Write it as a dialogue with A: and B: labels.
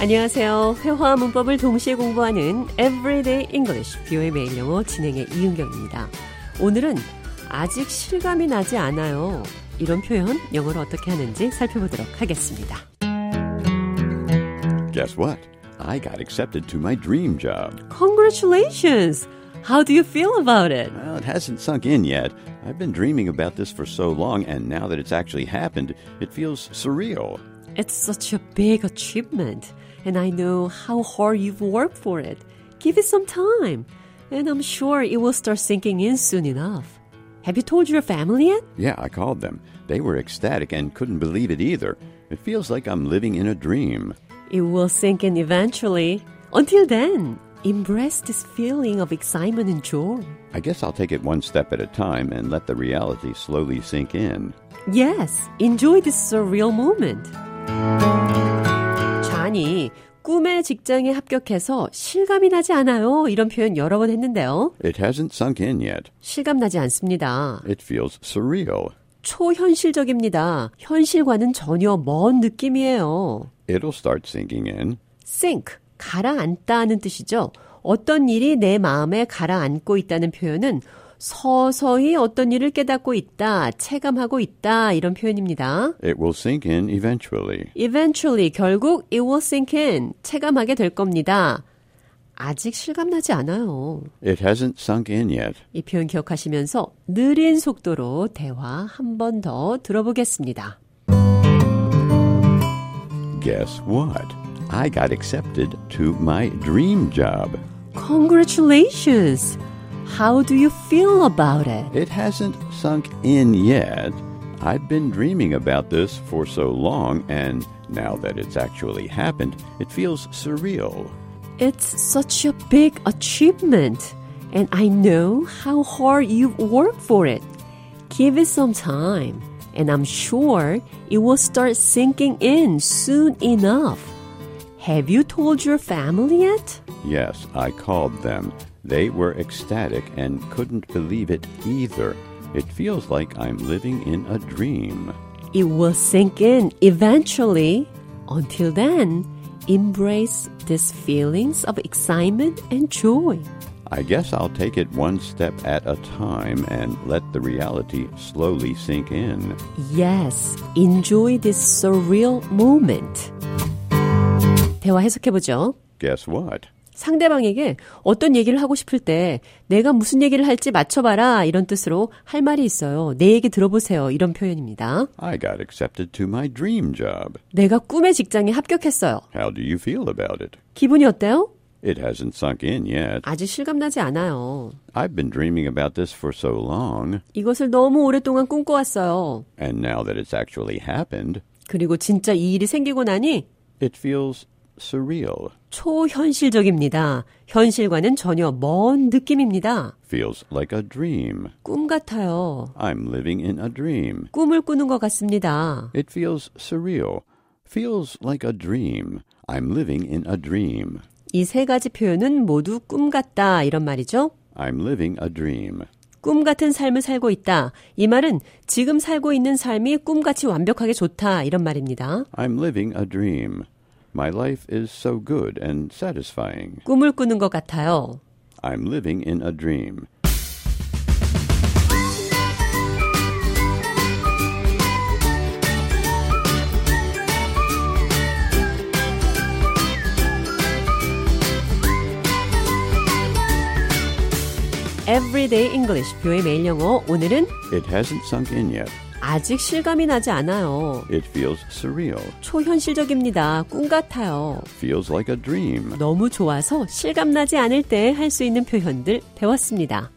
A: 안녕하세요. 회화와 문법을 동시에 공부하는 Everyday English 뷰의 매일 영어 진행의 이은경입니다. 오늘은 아직 실감이 나지 않아요. 이런 표현 영어로 어떻게 하는지 살펴보도록 하겠습니다.
B: Guess what? I got accepted to my dream job.
A: Congratulations! How do you feel about it?
B: Well, it hasn't sunk in yet. I've been dreaming about this for so long, and now that it's actually happened, it feels surreal.
A: It's such a big achievement, and I know how hard you've worked for it. Give it some time, and I'm sure it will start sinking in soon enough. Have you told your family yet?
B: Yeah, I called them. They were ecstatic and couldn't believe it either. It feels like I'm living in a dream.
A: It will sink in eventually. Until then, embrace this feeling of excitement and joy.
B: I guess I'll take it one step at a time and let the reality slowly sink in.
A: Yes, enjoy this surreal moment. 잔이 꿈의 직장에 합격해서 실감이 나지 않아요. 이런 표현 여러 번 했는데요.
B: It hasn't sunk in yet.
A: 실감 나지 않습니다.
B: It feels surreal.
A: 초현실적입니다. 현실과는 전혀 먼 느낌이에요.
B: It'll start sinking in.
A: sink, 가라앉다는 뜻이죠. 어떤 일이 내 마음에 가라앉고 있다는 표현은 서서히 어떤 일을 깨닫고 있다, 체감하고 있다 이런 표현입니다.
B: It will sink in eventually.
A: Eventually 결국 it will sink in 체감하게 될 겁니다. 아직 실감나지 않아요.
B: It hasn't sunk in yet.
A: 이 표현 기억하시면서 느린 속도로 대화 한 번 더 들어보겠습니다.
B: Guess what? I got accepted to my dream job.
A: Congratulations. How do you feel about it?
B: It hasn't sunk in yet. I've been dreaming about this for so long, and now that it's actually happened, it feels surreal.
A: It's such a big achievement, and I know how hard you've worked for it. Give it some time, and I'm sure it will start sinking in soon enough. Have you told your family yet?
B: Yes, I called them. They were ecstatic and couldn't believe it either. It feels like I'm living in a dream.
A: It will sink in eventually. Until then, embrace these feelings of excitement and joy.
B: I guess I'll take it one step at a time and let the reality slowly sink in.
A: Yes, enjoy this surreal moment. 대화 해석해보죠.
B: Guess what?
A: 상대방에게 어떤 얘기를 하고 싶을 때 내가 무슨 얘기를 할지 맞춰봐라 이런 뜻으로 할 말이 있어요. 내 얘기 들어보세요. 이런 표현입니다.
B: I got accepted to my dream job.
A: 내가 꿈의 직장에 합격했어요.
B: How do you feel about it?
A: 기분이 어때요?
B: It hasn't sunk in yet.
A: 아직 실감나지 않아요.
B: I've been dreaming about this for so long,
A: 이것을 너무 오랫동안 꿈꿔왔어요.
B: and now that it's actually happened,
A: 그리고 진짜 이 일이 생기고 나니
B: it feels surreal.
A: 초현실적입니다. 현실과는 전혀 먼 느낌입니다.
B: Feels like a dream.
A: 꿈 같아요.
B: I'm living in a dream.
A: 꿈을 꾸는 것 같습니다.
B: It feels surreal. Feels like a dream. I'm living in a dream.
A: 이 세 가지 표현은 모두 꿈 같다 이런 말이죠.
B: I'm living a dream.
A: 꿈 같은 삶을 살고 있다. 이 말은 지금 살고 있는 삶이 꿈같이 완벽하게 좋다. 이런 말입니다.
B: I'm living a dream. My life is so good and satisfying.
A: 꿈을 꾸는 것 같아요.
B: I'm living in a dream.
A: Everyday English, 뷰의 매일 영어. 오늘은
B: It hasn't sunk in yet.
A: 아직 실감이 나지 않아요.
B: It feels surreal.
A: 초현실적입니다. 꿈 같아요.
B: Feels like a dream.
A: 너무 좋아서 실감나지 않을 때 할 수 있는 표현들 배웠습니다.